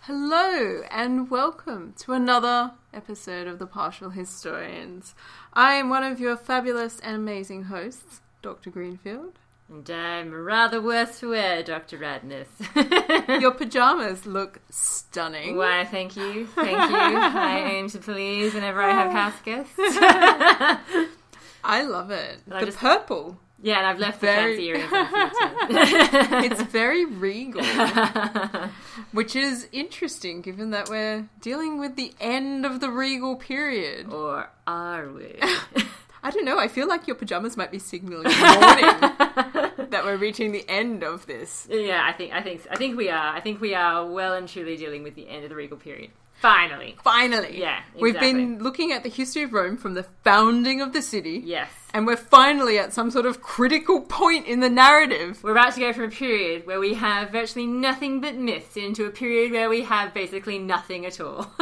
Hello and welcome to another episode of The Partial Historians. I am one of your fabulous and amazing hosts, Dr. Greenfield. And I'm rather worse for wear, Dr. Radness. Your pajamas look stunning. Why, thank you, thank you. I aim to please whenever I have house guests. I love it. I the just- purple. yeah, and I've left Very- the fancy earrings. It's very regal, on which is interesting given that we're dealing with the end of the regal too. period. or are we? I don't know, I feel like your pajamas might be signaling warning that we're reaching the end of this. yeah, I think I think I think we are. I think we are well and truly dealing with the end of the regal period. Finally. Finally. Yeah, We've exactly. been looking at the history of Rome from the founding of the city. Yes. And we're finally at some sort of critical point in the narrative. We're about to go from a period where we have virtually nothing but myths into a period where we have basically nothing at all.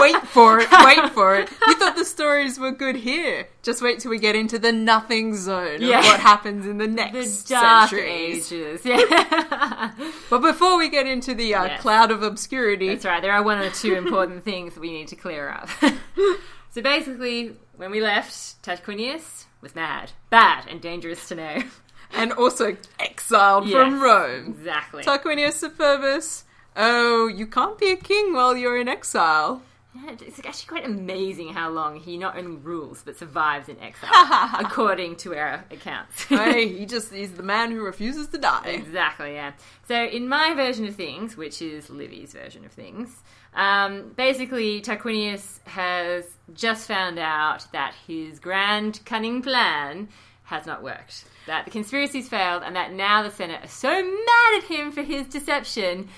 Wait for it, wait for it. You thought the stories were good here. Just wait till we get into the nothing zone Yeah. of what happens in the the next dark centuries. ages. Yeah. But before we get into the uh, Yes. cloud of obscurity, That's right. There are one or two important things that we need to clear up. so basically, when we left, Tarquinius was mad, bad, and dangerous to know. and also exiled Yes. from Rome. Exactly. Tarquinius Superbus, oh, you can't be a king while you're in exile. Yeah, it's actually quite amazing how long he not only rules but survives in exile, according to our accounts. hey, he just is the man who refuses to die. Exactly, yeah. So, in my version of things, which is Livy's version of things, um, basically Tarquinius has just found out that his grand cunning plan has not worked, that the conspiracy's failed, and that now the Senate are so mad at him for his deception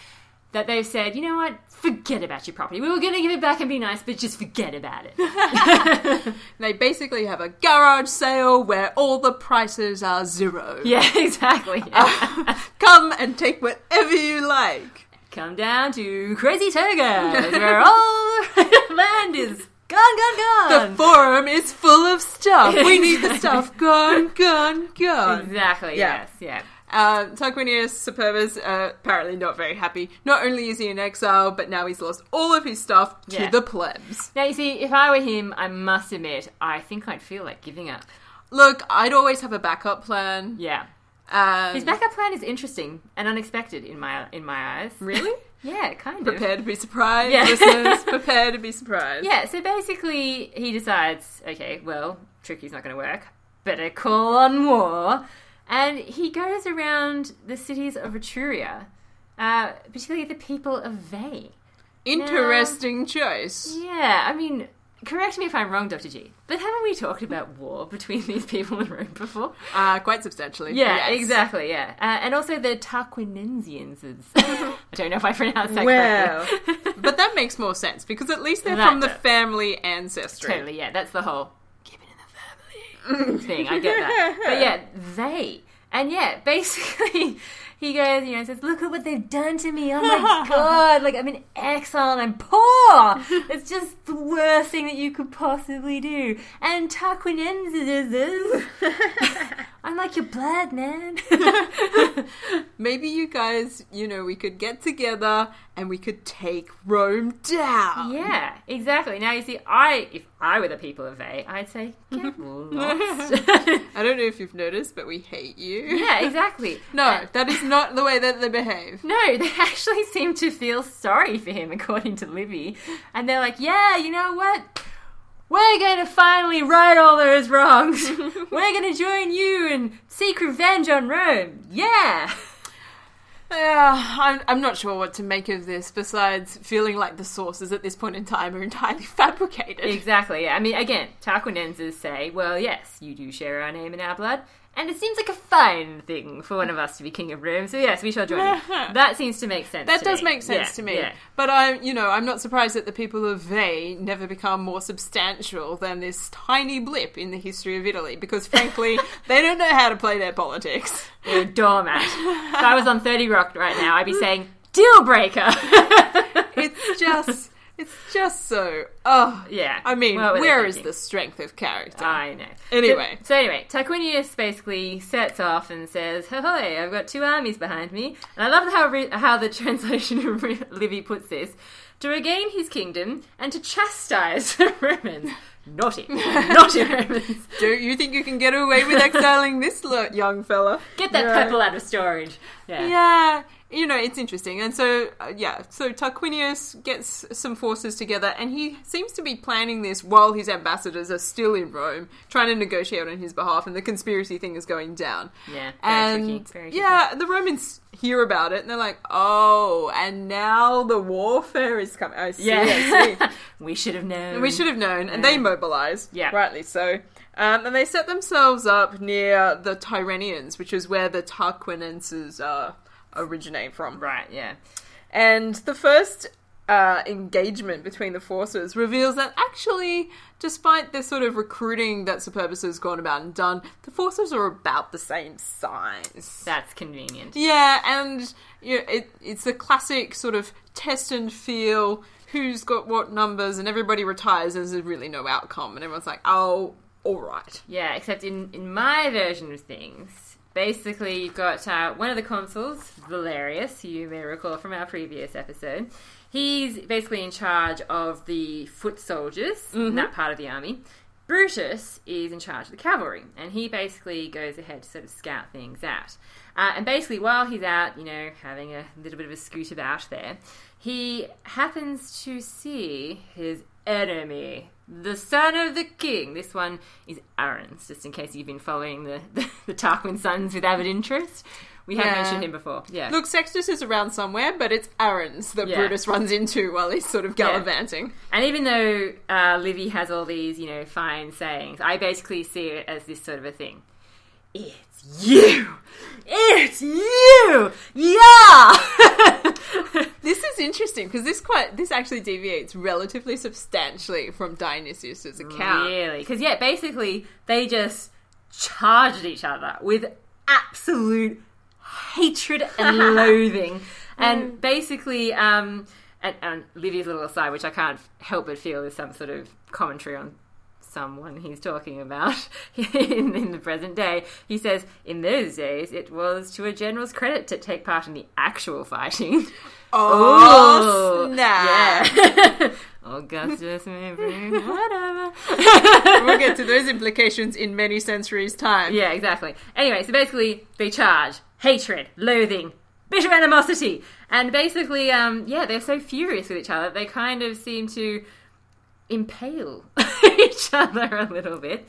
that they've said, you know what, forget about your property. We were going to give it back and be nice, but just forget about it. They basically have a garage sale where all the prices are zero. yeah, exactly. Come and take whatever you like. Come down to Crazy Togas, where Uh, all the land is gone, gone, The gone. forum is full of stuff. We need the stuff gone, gone, gone. Exactly. Yeah. Yes. Yeah. Um, Tarquinius Superbus, uh, apparently not very happy. Not only is he in exile, but now he's lost all of his stuff to Yeah. the plebs. Now you see, if I were him, I must admit, I think I'd feel like giving up. Look, I'd always have a backup plan. Yeah. Um, His backup plan is interesting and unexpected in my in my eyes. really? Yeah, kind of. Prepare Um, to be surprised, Yeah. listeners. Prepare to be surprised. Yeah. So basically, he decides, okay, well, tricky's not going to work. Better call on war, and he goes around the cities of Etruria, uh, particularly the people of Veii. Interesting choice. Yeah, I mean, correct me if I'm wrong, Dr. G, but haven't we talked about war between these people in Rome before? Uh, quite substantially. Yeah, Yes. exactly, yeah. Uh, and also the Tarquinensians. I don't know if I pronounced that Well. correctly. But that makes more sense because at least they're That from the does. family ancestry. totally, yeah, that's the whole keep it in the family thing, I get that. But yeah, they. And yeah, basically, he goes, you know, says, look at what they've done to me. Oh my god, like I'm in exile and I'm poor. It's just the worst thing that you could possibly do. And Tarquinenses, I'm like your blood, man. Maybe you guys, you know, we could get together and we could take Rome down. Yeah, exactly. Now you see, I if I were the people of A, I'd say get lost. I don't know if you've noticed, but we hate you. yeah, exactly. No, that is not the way that they behave. No, they actually seem to feel sorry for him, according to Livy, and they're like, "Yeah, you know what? We're going to finally right all those wrongs. We're going to join you and seek revenge on Rome. Yeah." Yeah, I'm, I'm not sure what to make of this besides feeling like the sources at this point in time are entirely fabricated. Exactly. Yeah. I mean, again, Tarquinenses say, well, yes, you do share our name and our blood, and it seems like a fine thing for one of us to be king of Rome. So yes, we shall join you. That seems to make sense. That to does me. make sense Yeah, to me. Yeah. But I'm, you know, I'm not surprised that the people of Vey never become more substantial than this tiny blip in the history of Italy because frankly, they don't know how to play their politics. You're a doormat. if I was on Thirty Rock right now, I'd be saying deal breaker. Mm. It's just It's just so. Oh, Yeah. I mean, What were they where is thinking? Uh, the strength of character? I know. Anyway. So, so anyway, Tarquinius basically sets off and says, "Ahoy! I've got two armies behind me." And I love how re- how the translation of re- Livy puts this: to regain his kingdom and to chastise the Romans. Naughty, naughty Romans. Don't you think you can get away with exiling this lo- young fella? Get that No. purple out of storage. Yeah. Yeah, you know, it's interesting. And so, uh, yeah, so Tarquinius gets some forces together and he seems to be planning this while his ambassadors are still in Rome, trying to negotiate on his behalf, and the conspiracy thing is going down. Yeah, very and tricky, very tricky. yeah, the Romans hear about it and they're like, oh, and now the warfare is coming. I see, I see. Yeah. we should have known. And we should have known. And they mobilize. Yeah. Rightly so. Um, and they set themselves up near the Tyrrhenians, which is where the Tarquinenses uh, originate from. Right. Yeah. And the first uh, engagement between the forces reveals that actually, despite the sort of recruiting that Superbus has gone about and done, the forces are about the same size. That's convenient. Yeah, and you know, it, it's the classic sort of test and feel who's got what numbers, and everybody retires, and there's really no outcome, and everyone's like, oh, all right. Yeah, except in, in my version of things, basically you've got uh, one of the consuls, Valerius, who you may recall from our previous episode. He's basically in charge of the foot soldiers, in that part of the army. Brutus is in charge of the cavalry, and he basically goes ahead to sort of scout things out. Uh, and basically, while he's out, you know, having a little bit of a scoot about there, he happens to see his enemy, the son of the king. This one is Aaron's, just in case you've been following the, the, Tarquin sons with avid interest. We have Yeah. mentioned him before. Yeah. Look, Sextus is around somewhere, but it's Aaron's that Yeah. Brutus runs into while he's sort of Yeah. gallivanting. And even though uh, Livy has all these, you know, fine sayings, I basically see it as this sort of a thing. It's you! It's you! Yeah! This is interesting because this quite this actually deviates relatively substantially from Dionysius's account. Really? Because, yeah, basically, they just charged each other with absolute hatred and loathing. Mm. And basically, um, and, and Livy's little aside, which I can't help but feel is some sort of commentary on someone he's talking about in, in the present day. He says, in those days, it was to a general's credit to take part in the actual fighting. Oh, snap! Yeah. Augustus may bring whatever. we'll get to those implications in many centuries' time. Yeah, exactly. Anyway, so basically, they charge hatred, loathing, bitter animosity, and basically, um, yeah, they're so furious with each other they kind of seem to impale each other a little bit,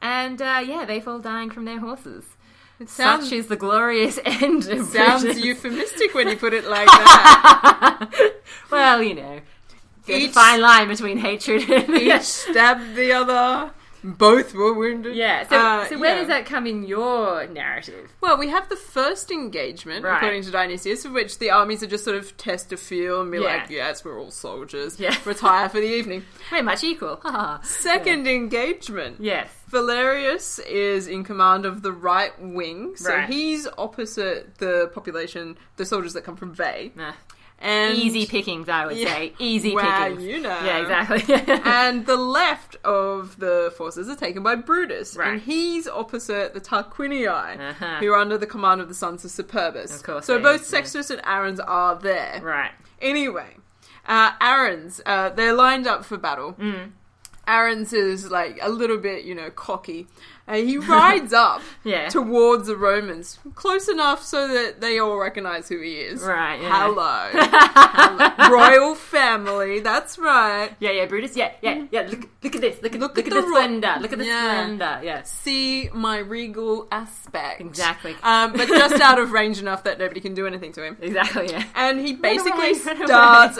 and uh, yeah, they fall dying from their horses. sounds- Such is the glorious end of Sounds Brutus. euphemistic when you put it like that. well, you know. There's a Each- fine line between hatred and each stabbed the other. Both were wounded. Yeah. So, Uh, so where yeah. does that come in your narrative? Well, we have the first engagement, Right. according to Dionysius, of which the armies are just sort of test a feel and be Yeah. like, yes, we're all soldiers. Yeah. Retire for the evening. Very much equal. haha. Second engagement. yes. Valerius is in command of the right wing, so Right. he's opposite the population, the soldiers that come from Vey. Nah. And Easy pickings, I would Yeah. say. Easy Wow, pickings. you know. Yeah, exactly. and the left of the forces are taken by Brutus, Right. and he's opposite the Tarquinii, Uh-huh. who are under the command of the sons of Superbus. Of course so they both is, yeah. Sextus and Aaron's are there. right. Anyway, uh, Aaron's uh, they're lined up for battle. Mm. Aaron's is like a little bit, you know, cocky. Uh, he rides up Yeah. towards the Romans, close enough so that they all recognize who he is. Right, yeah. Hello. Hello. Royal family, that's right. Yeah, yeah, Brutus. Yeah, yeah, yeah. Look, look at this. Look at Mm. Look look, at at the the, ro- splendor. Look at the Yeah. splendor. Yes. see my regal aspect. Exactly. Um, but just out of range enough that nobody can do anything to him. Exactly. Yeah. And he basically away, run away. starts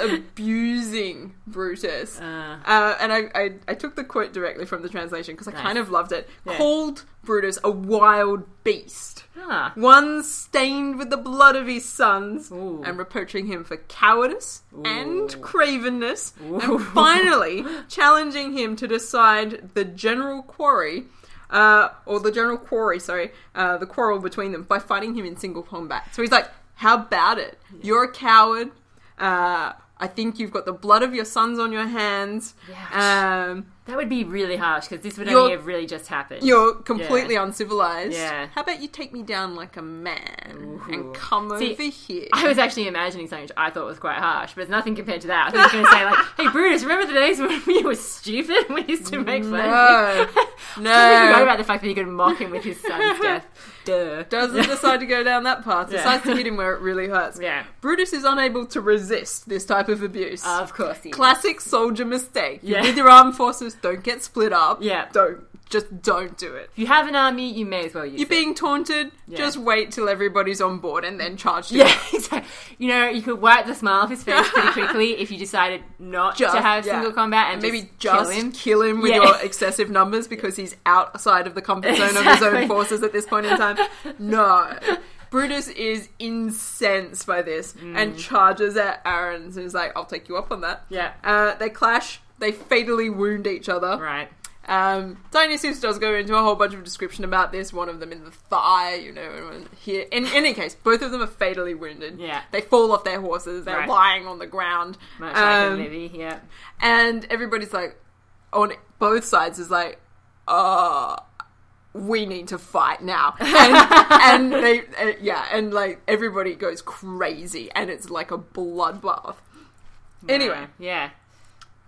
abusing Brutus. Uh, Uh, and I, I, I took the quote directly from the translation because I Nice. kind of loved it. Yeah. Called Brutus a wild beast, ah. one stained with the blood of his sons, Ooh. and reproaching him for cowardice and Ooh. cravenness, Ooh. and finally challenging him to decide the general quarry. Uh, or the general quarry, sorry, uh, the quarrel between them by fighting him in single combat. So he's like, "How about it? You're a coward. Uh, I think you've got the blood of your sons on your hands. Ouch. Um, That would be really harsh because this would You're- only have really just happened. you're completely uncivilized. Yeah. How about you take me down like a man Ooh. and come See, over here? I was actually imagining something which I thought was quite harsh, but it's nothing compared to that. I thought you were going to say like, "Hey Brutus, remember the days when you were stupid and we used to make fun?" of you?" No. No. I forgot about the fact that you could mock him with his son's death. Duh. doesn't decide to go down that path, decides to hit him where it really hurts. Yeah. Brutus is unable to resist this type of abuse. Of course he. is. Classic soldier mistake. You're Uh, Yeah. With your armed forces, don't get split up. Yeah. Don't just don't do it. If you have an army, you may as well use You're it. being taunted, Yeah. just wait till everybody's on board and then charge them. Yeah, exactly. You know, you could wipe the smile off his face pretty quickly if you decided not Just- to have yeah. single combat and Maybe kill him. just kill him with Yeah. your excessive numbers because he's outside of the comfort zone of his Exactly. own forces at this point in time. No. Brutus is incensed by this Mm. and charges at Aaron's and is like, I'll take you up on that. Yeah. Uh, they clash. They fatally wound each other. Right. Um, Dionysius does go into a whole bunch of description about this. One of them in the thigh, you know, and one here. In any case, both of them are fatally wounded. Yeah. They fall off their horses. They're Right. lying on the ground. Much like Um, in Livy, yeah. and everybody's like, on both sides is like, uh, we need to fight now. And, and they, uh, yeah, and like everybody goes crazy and it's like a bloodbath. Anyway, Yeah.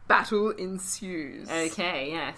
battle ensues. Okay, yes.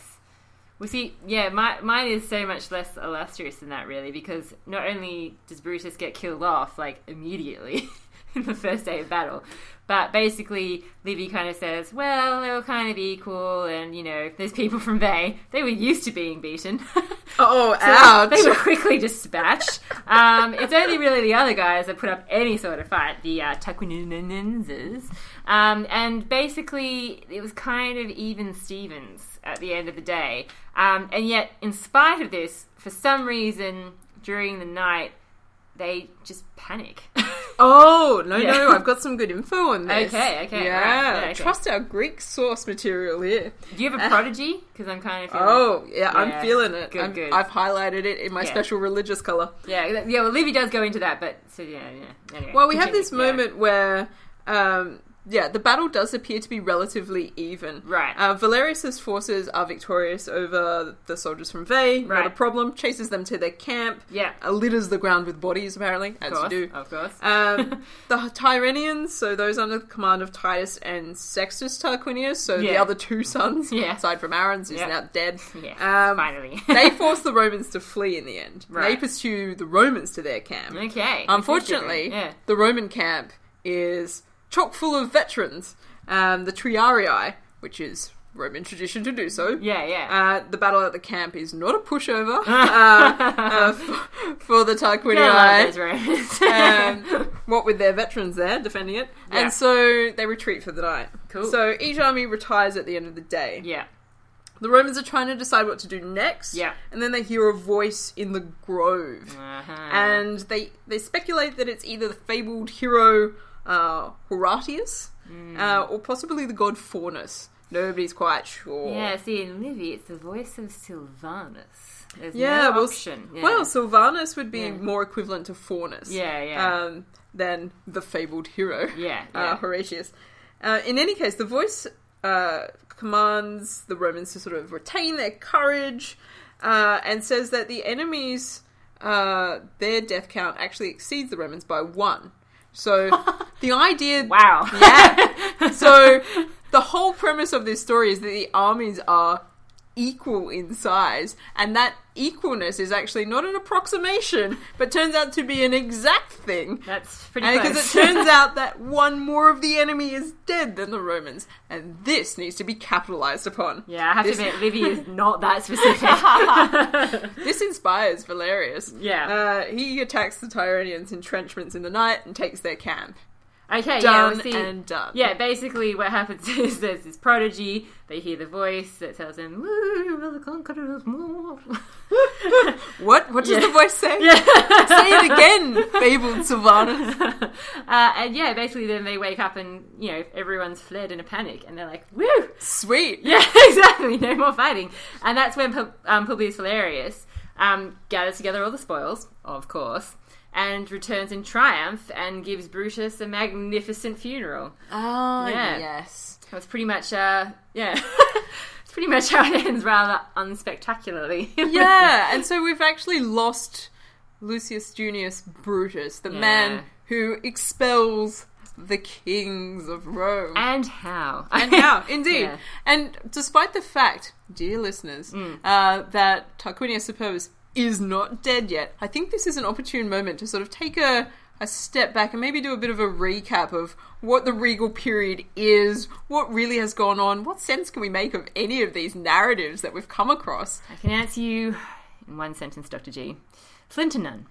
Well, see, yeah, my, mine is so much less illustrious than that, really, because not only does Brutus get killed off, like, immediately in the first day of battle, but basically Livy kind of says, well, they were kind of equal, and, you know, those people from Veii, they were used to being beaten. Oh, So ouch. They were quickly dispatched. Um, it's only really the other guys that put up any sort of fight, the uh, Tarquinianses. Um, and basically, it was kind of even Stevens at the end of the day. Um, and yet, in spite of this, for some reason, during the night, they just panic. Oh, no, Yeah. no, I've got some good info on this. Okay, okay, Yeah. right, yeah, okay. Trust our Greek source material here. Do you have a prodigy? Because I'm kind of feeling Uh. Oh, yeah, Yeah. I'm feeling it. Good, I'm, good. I've highlighted it in my Yeah. special religious colour. yeah, th- yeah. Well, Livy does go into that, but so yeah, yeah. Anyway, Well, we have continue, this yeah. moment where, um, yeah, the battle does appear to be relatively even. Right. Uh, Valerius's forces are victorious over the soldiers from Vey. Not a Right. problem. Chases them to their camp. Yeah. Uh, litters the ground with bodies, apparently, as Of course, you do. of course. Um, the Tyrrhenians, so those under the command of Titus and Sextus Tarquinius, so the Yeah. other two sons, Yeah. aside from Aaron's, who's Yeah. now dead. yeah, um, finally. they force the Romans to flee in the end. They Right. pursue the Romans to their camp. Okay. Unfortunately, yeah. the Roman camp is chock full of veterans. Um, the Triarii, which is Roman tradition to do so. Yeah, yeah. Uh, the battle at the camp is not a pushover uh, uh, for, for the Tarquinii. Yeah, I love those roads. um, what with their veterans there defending it, Yeah. and so they retreat for the night. Cool. So each army retires at the end of the day. yeah. The Romans are trying to decide what to do next. Yeah. and then they hear a voice in the grove, Uh-huh. and they they speculate that it's either the fabled hero uh, Horatius Mm. Hmm. uh, or possibly the god Faunus. Nobody's quite sure. yeah, see in Livy, it's the voice of Sylvanus. There's Yeah, no well, option. Yeah. Well, Sylvanus would be Yeah. more equivalent to Faunus. yeah, yeah, Um, than the fabled hero. yeah, yeah. uh, Horatius. Uh, in any case, the voice uh, commands the Romans to sort of retain their courage uh, and says that the enemies, uh, their death count actually exceeds the Romans by one. So the idea. wow. Yeah. So the whole premise of this story is that the armies are equal in size and that equalness is actually not an approximation but turns out to be an exact thing That's pretty because it close. turns out that one more of the enemy is dead than the Romans, and this needs to be capitalized upon. yeah, I have This- to admit, Livy is not that specific. This inspires Valerius. yeah. Uh, he attacks the Tyrrhenians' entrenchments in the night and takes their camp. okay, yeah, Done we'll see. and done. Yeah, basically what happens is there's this prodigy, they hear the voice that tells them, Woo, will the conquerors more. What? What does Yeah. the voice say? yeah. Say it again, fabled Sylvanus. uh, and yeah, basically, then they wake up and you know everyone's fled in a panic, and they're like, "Woo, Sweet. yeah, exactly, no more fighting." And that's when Pub- um, Publius Valerius um, gathers together all the spoils, of course, and returns in triumph and gives Brutus a magnificent funeral. Oh, Yeah. yes. That was pretty much, uh, yeah, it's pretty much how it ends, rather unspectacularly. Yeah, and so we've actually lost Lucius Junius Brutus, the Yeah. man who expels the kings of Rome. and how? And how, indeed. Yeah. And despite the fact, dear listeners, Mm. uh, that Tarquinius Superbus is not dead yet, I think this is an opportune moment to sort of take a, a step back and maybe do a bit of a recap of what the regal period is, what really has gone on, what sense can we make of any of these narratives that we've come across. I can answer you in one sentence, Doctor G. Flint and none.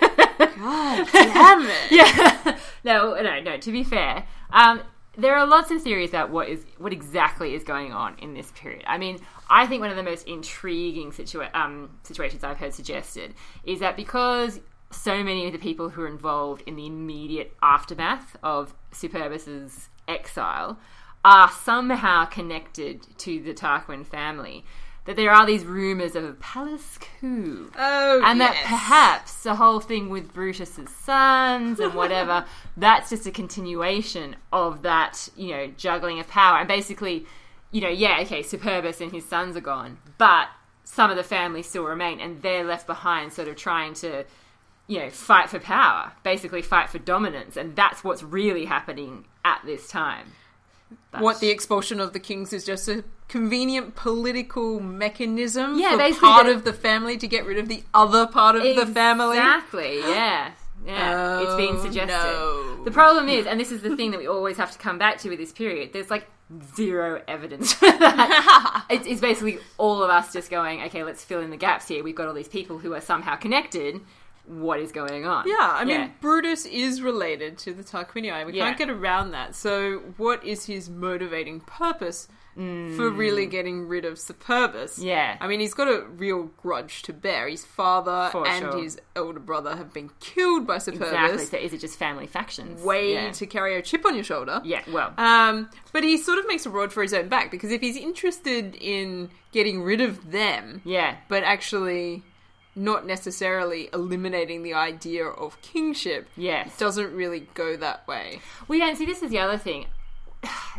God damn it. Yeah. no, no, no. To be fair, um, there are lots of theories about what is what exactly is going on in this period. I mean, I think one of the most intriguing situa- um, situations I've heard suggested is that because so many of the people who are involved in the immediate aftermath of Superbus's exile are somehow connected to the Tarquin family, that there are these rumors of a palace coup Oh, and that yes. perhaps the whole thing with Brutus's sons and whatever that's just a continuation of that you know juggling of power and basically you know yeah okay Superbus and his sons are gone but some of the family still remain and they're left behind sort of trying to you know fight for power basically fight for dominance and that's what's really happening at this time But- what the expulsion of the kings is just a convenient political mechanism Yeah, for basically part the- of the family to get rid of the other part of the family. Exactly. Yeah. Yeah. it's being Oh, suggested. no. The problem is, and this is the thing that we always have to come back to with this period. There's like zero evidence for that. it's, it's basically all of us just going, okay, let's fill in the gaps here. We've got all these people who are somehow connected. What is going on? Yeah, I mean Brutus is related to the Tarquinii. We Yeah. can't get around that. So, what is his motivating purpose for really getting rid of Superbus? Mm. Yeah. I mean, he's got a real grudge to bear. His father For and sure. his elder brother have been killed by Superbus. Exactly. So is it just family factions? Way Yeah. to carry a chip on your shoulder. yeah. Well. Um, but he sort of makes a rod for his own back because if he's interested in getting rid of them, yeah. but actually not necessarily eliminating the idea of kingship, Yes. it doesn't really go that way. We don't see this is the other thing.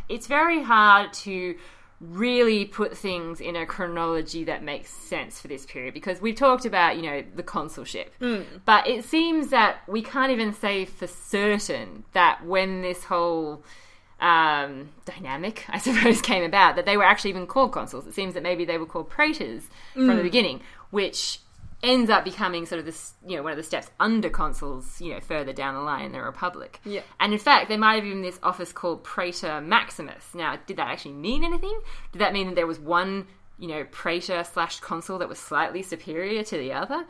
It's very hard to really put things in a chronology that makes sense for this period because we've talked about, you know, the consulship. But it seems that we can't even say for certain that when this whole um, dynamic, I suppose, came about, that they were actually even called consuls. It seems that maybe they were called praetors from the beginning, which ends up becoming sort of this, you know, one of the steps under consuls, you know, further down the line in the Republic. Yeah. And in fact, there might have been this office called Praetor Maximus. Now, did that actually mean anything? Did that mean that there was one, you know, praetor slash consul that was slightly superior to the other?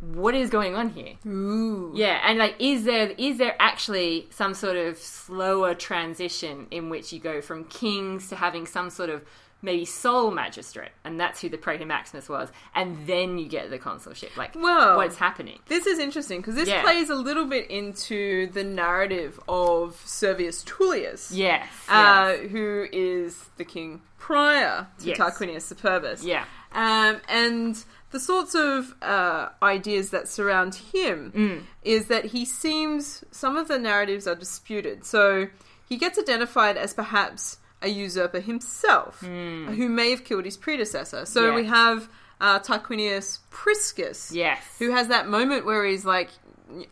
What is going on here? Ooh. Yeah, and like, is there is there actually some sort of slower transition in which you go from kings to having some sort of maybe sole magistrate, and that's who the Praetor Maximus was, and then you get the consulship? Like, Well- what's happening? This is interesting because this Yeah. plays a little bit into the narrative of Servius Tullius, Yes. uh, who is the king prior to Yes. Tarquinius Superbus. yeah. um, and the sorts of uh, ideas that surround him Mm. is that he seems some of the narratives are disputed so he gets identified as perhaps a usurper himself who may have killed his predecessor so Mm. Yeah. we have uh, tarquinius priscus Yes. who has that moment where he's like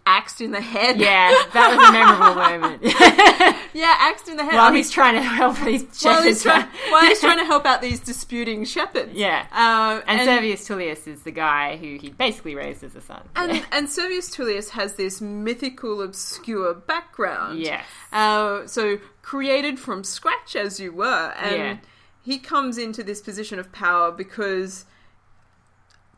axed in the head yeah, that was a memorable moment. yeah axed in the head I While mean, he's trying to help these while he's shepherds. trying, while he's trying to help out these disputing shepherds yeah. um, And, Servius Tullius is the guy who he basically raised as a son. And, and Servius Tullius has this mythical, obscure background. Yes. Uh, so created from scratch, as you were. And Yeah. he comes into this position of power because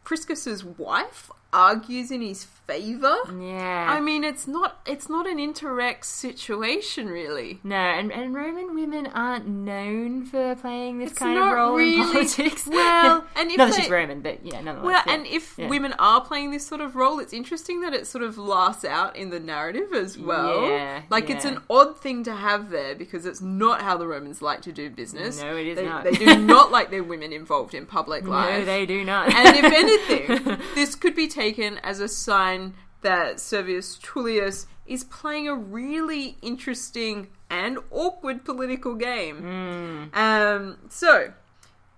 Priscus's wife argues in his favor. yeah. I mean, it's not it's not an interrex situation, really. No, and, and Roman women aren't known for playing this It's kind not of role really- in politics. well, and if not that they- she's Roman, but yeah, nonetheless. Well, yeah. and if Yeah. women are playing this sort of role, it's interesting that it sort of lasts out in the narrative as well. Yeah, like it's yeah. an odd thing to have there because it's not how the Romans like to do business. No, it is they, not. They do not like their women involved in public no, life. they do not. and if anything, this could be taken as a sign that Servius Tullius is playing a really interesting and awkward political game. Mm. Um, so,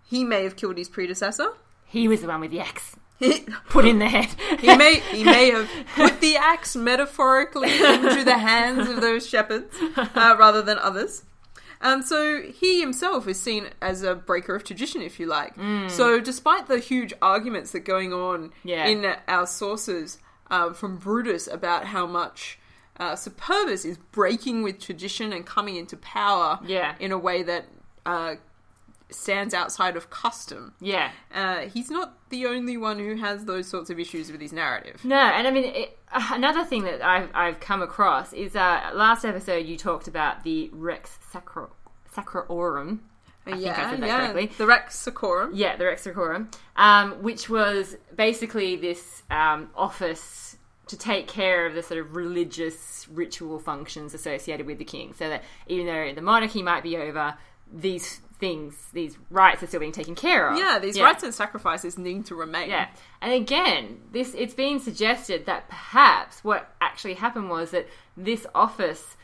he may have killed his predecessor. He was the one with the axe He, put in the head. he may he may have put the axe metaphorically into the hands of those shepherds uh, rather than others. And so he himself is seen as a breaker of tradition, if you like. So, despite the huge arguments that are going on Yeah. in our sources uh, from Brutus about how much uh, Superbus is breaking with tradition and coming into power Yeah. in a way that uh, stands outside of custom, yeah. uh, he's not the only one who has those sorts of issues with his narrative. No, and I mean it, uh, another thing that I've I've come across is uh, last episode you talked about the Rex Sacro Sacrorum. I think I said that correctly. The Rex Secorum. Yeah, the Rex Sacrorum, um, which was basically this um, office to take care of the sort of religious ritual functions associated with the king, so that even though the monarchy might be over, these things, these rights are still being taken care of. Yeah, these rites and sacrifices need to remain. Yeah, and again, this it's been suggested that perhaps what actually happened was that this office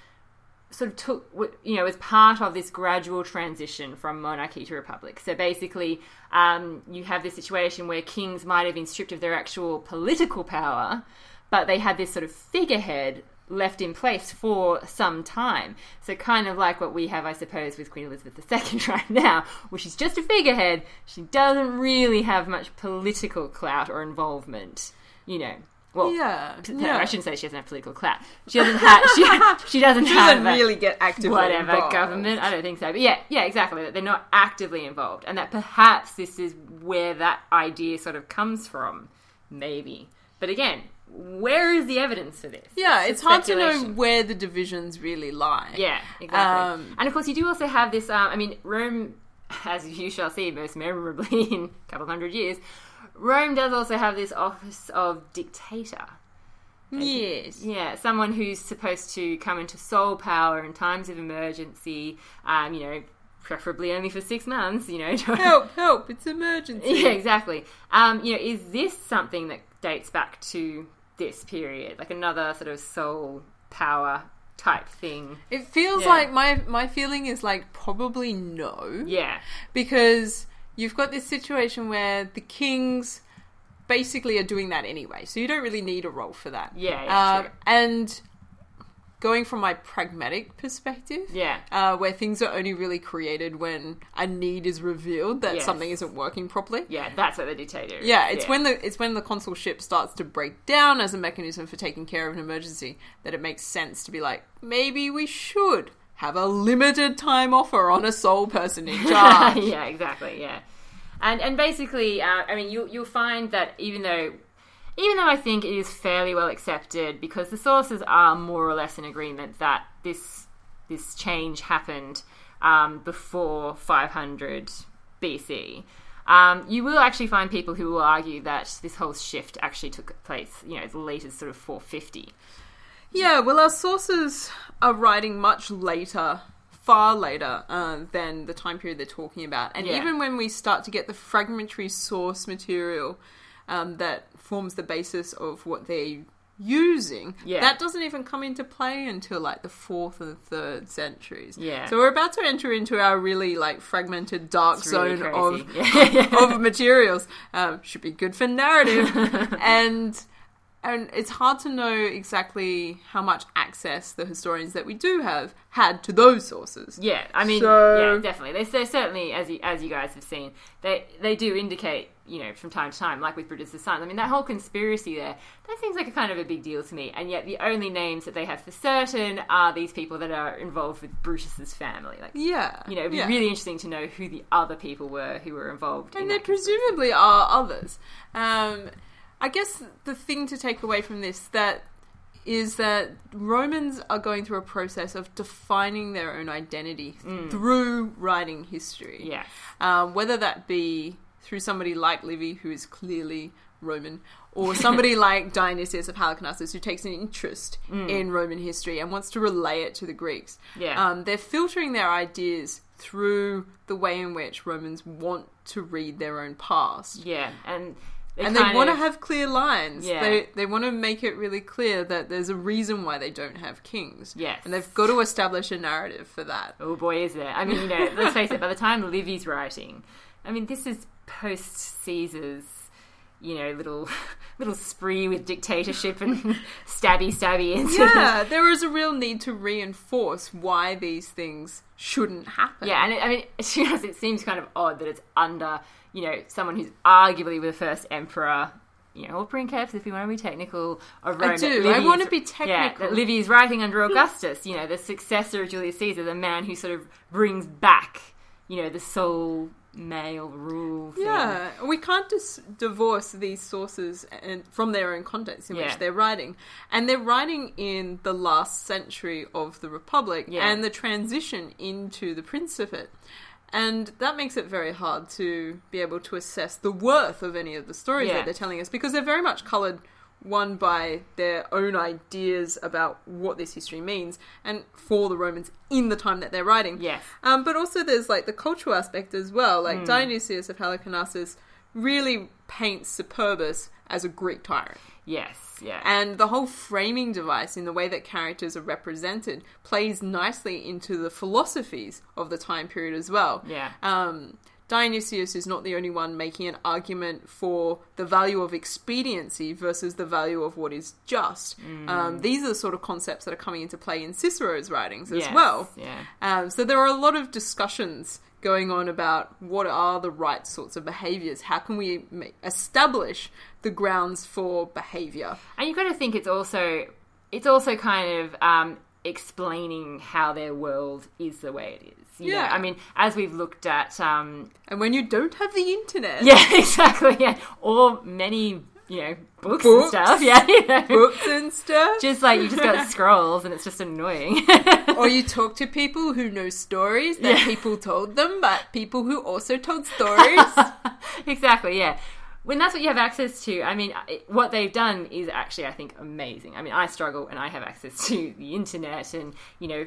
sort of took, w- you know, was part of this gradual transition from monarchy to republic. So basically, um, you have this situation where kings might have been stripped of their actual political power, but they had this sort of figurehead left in place for some time. So kind of like what we have, I suppose, with Queen Elizabeth II right now, where she's just a figurehead. She doesn't really have much political clout or involvement, you know. Well, Yeah. p- yeah. I shouldn't say she doesn't have political clout. She doesn't have. She, she doesn't She have doesn't that- really get actively whatever involved. government. I don't think so. But yeah, yeah, exactly. That they're not actively involved, and that perhaps this is where that idea sort of comes from, maybe. But again, where is the evidence for this? Yeah, it's, just hard to know speculation. where the divisions really lie. Yeah, exactly. Um, and of course, you do also have this. Um, I mean, Rome, as you shall see most memorably in a couple hundred years, Rome does also have this office of dictator. Mm. Yes. Yeah, someone who's supposed to come into sole power in times of emergency, um, you know, preferably only for six months, you know. don't- Help! Help! It's emergency. yeah, exactly. Um, you know, is this something that dates back to this period? Like another sort of sole power type thing? It feels Yeah. like my my feeling is like probably no. Yeah. because you've got this situation where the kings basically are doing that anyway, so you don't really need a role for that. Yeah, yeah, Uh, true. and going from my pragmatic perspective, Yeah. uh, where things are only really created when a need is revealed that Yes. something isn't working properly. Yeah, that's what the dictator is. Yeah, it's when the it's when the consulship starts to break down as a mechanism for taking care of an emergency that it makes sense to be like, maybe we should have a limited time offer on a sole person in charge. yeah, exactly. Yeah, and and basically, uh, I mean, you you'll find that even though. Even though I think it is fairly well accepted, because the sources are more or less in agreement that this this change happened um, before 500 BC, um, you will actually find people who will argue that this whole shift actually took place, you know, as late as sort of 450. Yeah, well, our sources are writing much later, far later uh, than the time period they're talking about. And Yeah. even when we start to get the fragmentary source material um, that forms the basis of what they're using, Yeah. that doesn't even come into play until like the fourth and third centuries. Yeah. So we're about to enter into our really like fragmented dark It's really zone crazy. of Yeah. of materials. Um, should be good for narrative, and and it's hard to know exactly how much access the historians that we do have had to those sources. Yeah, I mean, So- yeah, definitely. They, they certainly, as you, as you guys have seen, they they do indicate, you know, from time to time, like with Brutus' sons. I mean, that whole conspiracy there, that seems like a kind of a big deal to me. And yet, the only names that they have for certain are these people that are involved with Brutus's family. Like, Yeah, you know, it'd be yeah. really interesting to know who the other people were who were involved. in and there that. presumably are others. Um, I guess the thing to take away from this that is that Romans are going through a process of defining their own identity through writing history. Mm. yeah, um, whether that be through somebody like Livy, who is clearly Roman, or somebody like Dionysius of Halicarnassus, who takes an interest in Roman history and wants to relay it to the Greeks. Mm. Yeah. Um, they're filtering their ideas through the way in which Romans want to read their own past. yeah, and and they kind want to of- have clear lines. Yeah. They they want to make it really clear that there's a reason why they don't have kings. Yes. And they've got to establish a narrative for that. Oh boy, is there! I mean, you know, let's face it. By the time Livy's writing, I mean, this is post Caesar's, you know, little little spree with dictatorship and stabby stabby incidents. Yeah, there is a real need to reinforce why these things shouldn't happen. Yeah, and it, I mean, to be honest, it seems kind of odd that it's under, you know, someone who's arguably the first emperor, you know, or princeps, if you want to be technical, of Rome. I do. that I Livy's- want to be Yeah, technical. that Livy is writing under Augustus, you know, the successor of Julius Caesar, the man who sort of brings back, you know, the sole male rule. thing. Yeah, we can't dis- divorce these sources and from their own context in Yeah. which they're writing, and they're writing in the last century of the Republic Yeah. and the transition into the Principate, and that makes it very hard to be able to assess the worth of any of the stories Yeah. that they're telling us because they're very much coloured. One by their own ideas about what this history means, and for the Romans in the time that they're writing. Yes. Um, but also, there's like the cultural aspect as well. Like Hmm. Dionysius of Halicarnassus really paints Superbus as a Greek tyrant, Yes, yeah. and the whole framing device in the way that characters are represented plays nicely into the philosophies of the time period as well. Yeah. Um, Dionysius is not the only one making an argument for the value of expediency versus the value of what is just. Hmm. Um, these are the sort of concepts that are coming into play in Cicero's writings as Yes, well. Yeah. Um, so there are a lot of discussions going on about what are the right sorts of behaviors. How can we ma- establish the grounds for behavior? And you've got to think it's also it's also kind of um, explaining how their world is the way it is. You Yeah. Know? I mean, as we've looked at, um, And when you don't have the internet, yeah, exactly, yeah, or many you know books, Books. and stuff, yeah, you know. books and stuff, Just like you just got scrolls and it's just annoying. or you talk to people who know stories that Yeah. people told them, but people who also told stories. exactly, yeah. When that's what you have access to, I mean, I- what they've done is actually, I think, amazing. I mean, I struggle and I have access to the internet and, you know,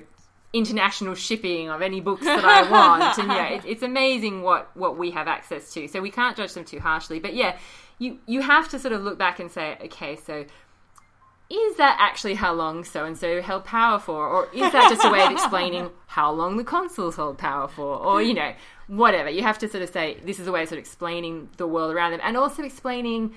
international shipping of any books that I want. and yeah, it, it's amazing what, what we have access to. So we can't judge them too harshly. But yeah, you, you have to sort of look back and say, okay, so is that actually how long so and so held power for? Or is that just a way of explaining how long the consuls hold power for? Or, you know, whatever. You have to sort of say this is a way of sort of explaining the world around them and also explaining,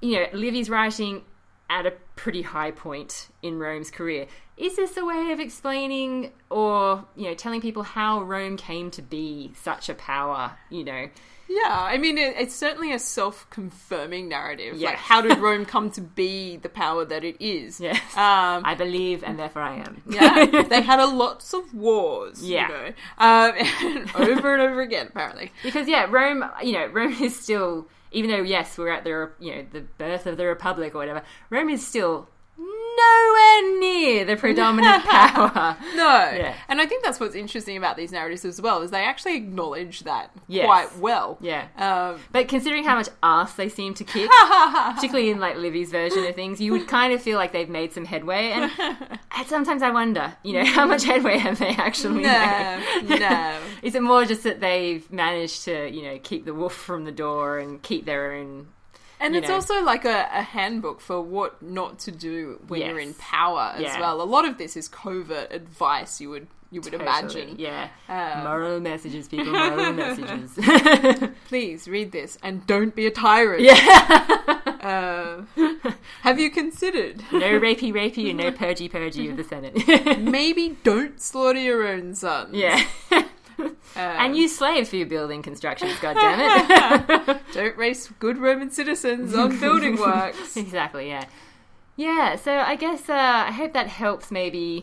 you know, Livy's writing at a pretty high point in Rome's career. Is this a way of explaining or, you know, telling people how Rome came to be such a power, you know? Yeah, I mean, it, it's certainly a self confirming narrative. Yes. Like, how did Rome come to be the power that it is? Yes. Um, I believe and therefore I am. Yeah, they had a lots of wars. Yeah. you know, um, and over and over again. Apparently, because yeah, Rome, you know, Rome is still, even though yes, we're at the you know the birth of the republic or whatever, Rome is still nowhere near the predominant power. no, Yeah. and I think that's what's interesting about these narratives as well is they actually acknowledge that Yes. quite well. Yeah, Um, but considering how much ass they seem to kick, particularly in like Livy's version of things, you would kind of feel like they've made some headway. And I- sometimes I wonder, you know, how much headway have they actually no, made? no. Is it more just that they've managed to, you know, keep the wolf from the door and keep their own And You it's know. also like a, a handbook for what not to do when Yes. you're in power as Yeah. well. A lot of this is covert advice. You would you would Totally, imagine. Yeah. Um, moral messages, people. Moral messages. Please read this and don't be a tyrant. yeah. Uh, have you considered? no rapey, rapey, and no purgy, purgy of the Senate. Maybe don't slaughter your own sons. yeah. Um, and use slaves for your building constructions. God damn it. Don't race good Roman citizens on building works. exactly. Yeah. Yeah. So I guess uh, I hope that helps. Maybe.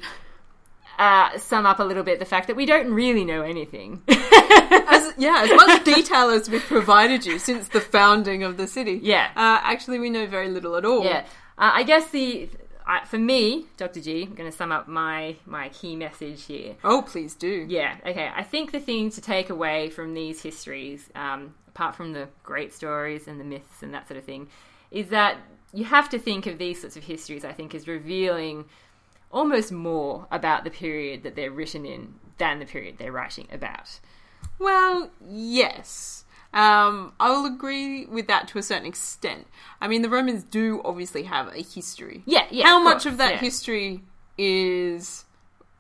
Uh, sum up a little bit the fact that we don't really know anything. As, yeah, as much detail as we've provided you since the founding of the city. Yeah. Uh, actually, we know very little at all. Yeah, uh, I guess the I for me, Doctor G, I'm going to sum up my my key message here. Oh, please do. Yeah, okay. I think the thing to take away from these histories, um, apart from the great stories and the myths and that sort of thing, is that you have to think of these sorts of histories. I think as revealing almost more about the period that they're written in than the period they're writing about. Well, yes. Um, I will agree with that to a certain extent. I mean, the Romans do obviously have a history. Yeah, yeah. How much of that yeah. history is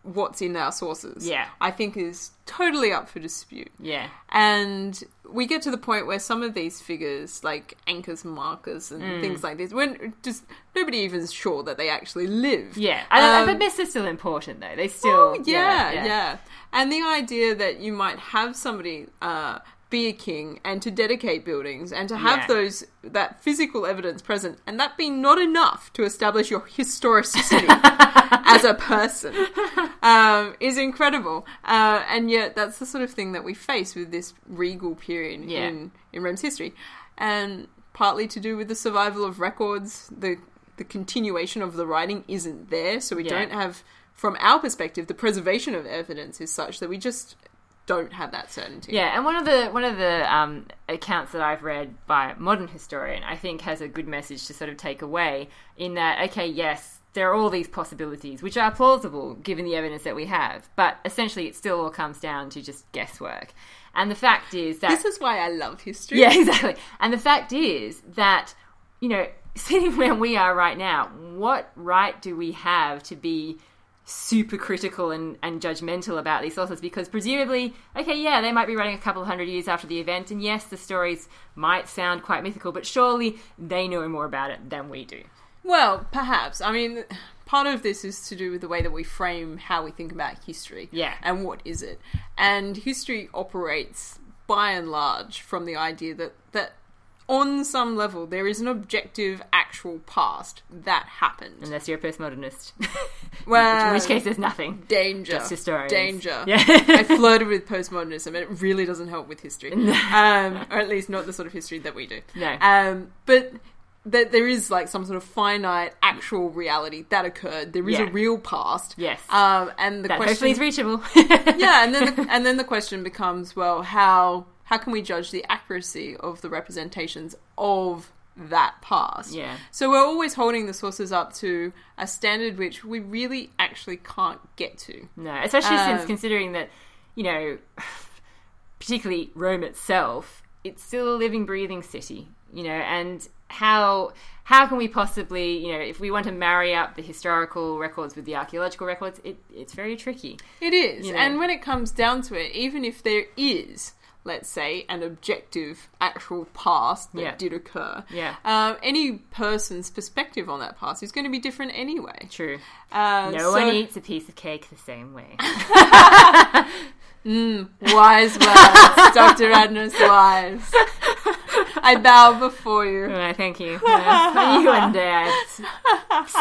what's in our sources? Yeah. I think is totally up for dispute. Yeah. And we get to the point where some of these figures, like anchors, markers, and Mm. things like this, when just nobody even's sure that they actually live. Yeah. I, Um, but myths are still important, though. They still. Oh, yeah, yeah, And the idea that you might have somebody uh, be a king and to dedicate buildings and to have Yeah. those that physical evidence present, and that being not enough to establish your historicity as a person, um, is incredible. Uh, and yet, that's the sort of thing that we face with this regal period Yeah. in in Rome's history, and partly to do with the survival of records. The the continuation of the writing isn't there, so we Yeah. don't have, from our perspective, the preservation of evidence is such that we just don't have that certainty. Yeah, and one of the one of the um, accounts that I've read by a modern historian, I think, has a good message to sort of take away in that okay, yes, there are all these possibilities which are plausible given the evidence that we have, but essentially it still all comes down to just guesswork. And the fact is that This is why I love history. yeah, exactly. And the fact is that, you know, sitting where we are right now, what right do we have to be super critical and, and judgmental about these sources? Because presumably, okay, yeah, they might be writing a couple of hundred years after the event, and yes, the stories might sound quite mythical, but surely they know more about it than we do. Well, perhaps. I mean, part of this is to do with the way that we frame how we think about history. Yeah. And what is it? And history operates by and large from the idea that that on some level there is an objective actual past that happened. Unless you're a postmodernist, well, in which case there's nothing. danger. Just historians. Danger. Yeah. I flirted with postmodernism, and it really doesn't help with history, um, or at least not the sort of history that we do. No. Um, but that there is like some sort of finite actual reality that occurred. There is a Yeah. real past. Yes. Um, and the That hopefully question. is reachable. yeah, and then the, and then the question becomes, well, how how can we judge the accuracy of the representations of that past? Yeah. So we're always holding the sources up to a standard which we really actually can't get to. No, especially since Um, considering that, you know, particularly Rome itself, it's still a living, breathing city, you know, and how how can we possibly, you know, if we want to marry up the historical records with the archaeological records, it, it's very tricky. It is. You know. And when it comes down to it, even if there is, let's say, an objective actual past that Yeah. did occur, Yeah. um, any person's perspective on that past is going to be different anyway. True. Uh, No so- one e- eats a piece of cake the same way. Wise words, Dr. Adnos Wise. I bow before you. Oh, thank you. Yes, you and Dad.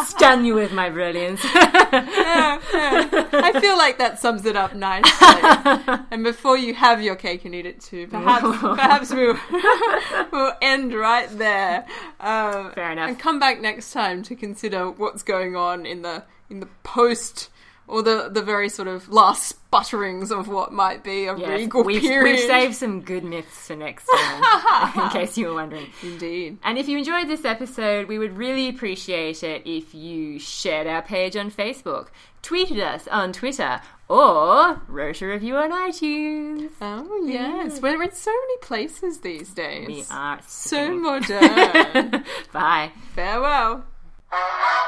Stun you with my brilliance. I feel like that sums it up nicely. and before you have your cake and eat it too, perhaps perhaps we'll, we'll end right there. Um, Fair enough. And come back next time to consider what's going on in the in the post or the the very sort of last sputterings of what might be a Yes, regal we've, period. we've saved some good myths for next time, in case you were wondering. Indeed. And if you enjoyed this episode, we would really appreciate it if you shared our page on Facebook, tweeted us on Twitter, or wrote a review on iTunes. Oh yes, we're in so many places these days. We are so sickening. modern. Bye. Farewell. Thank you.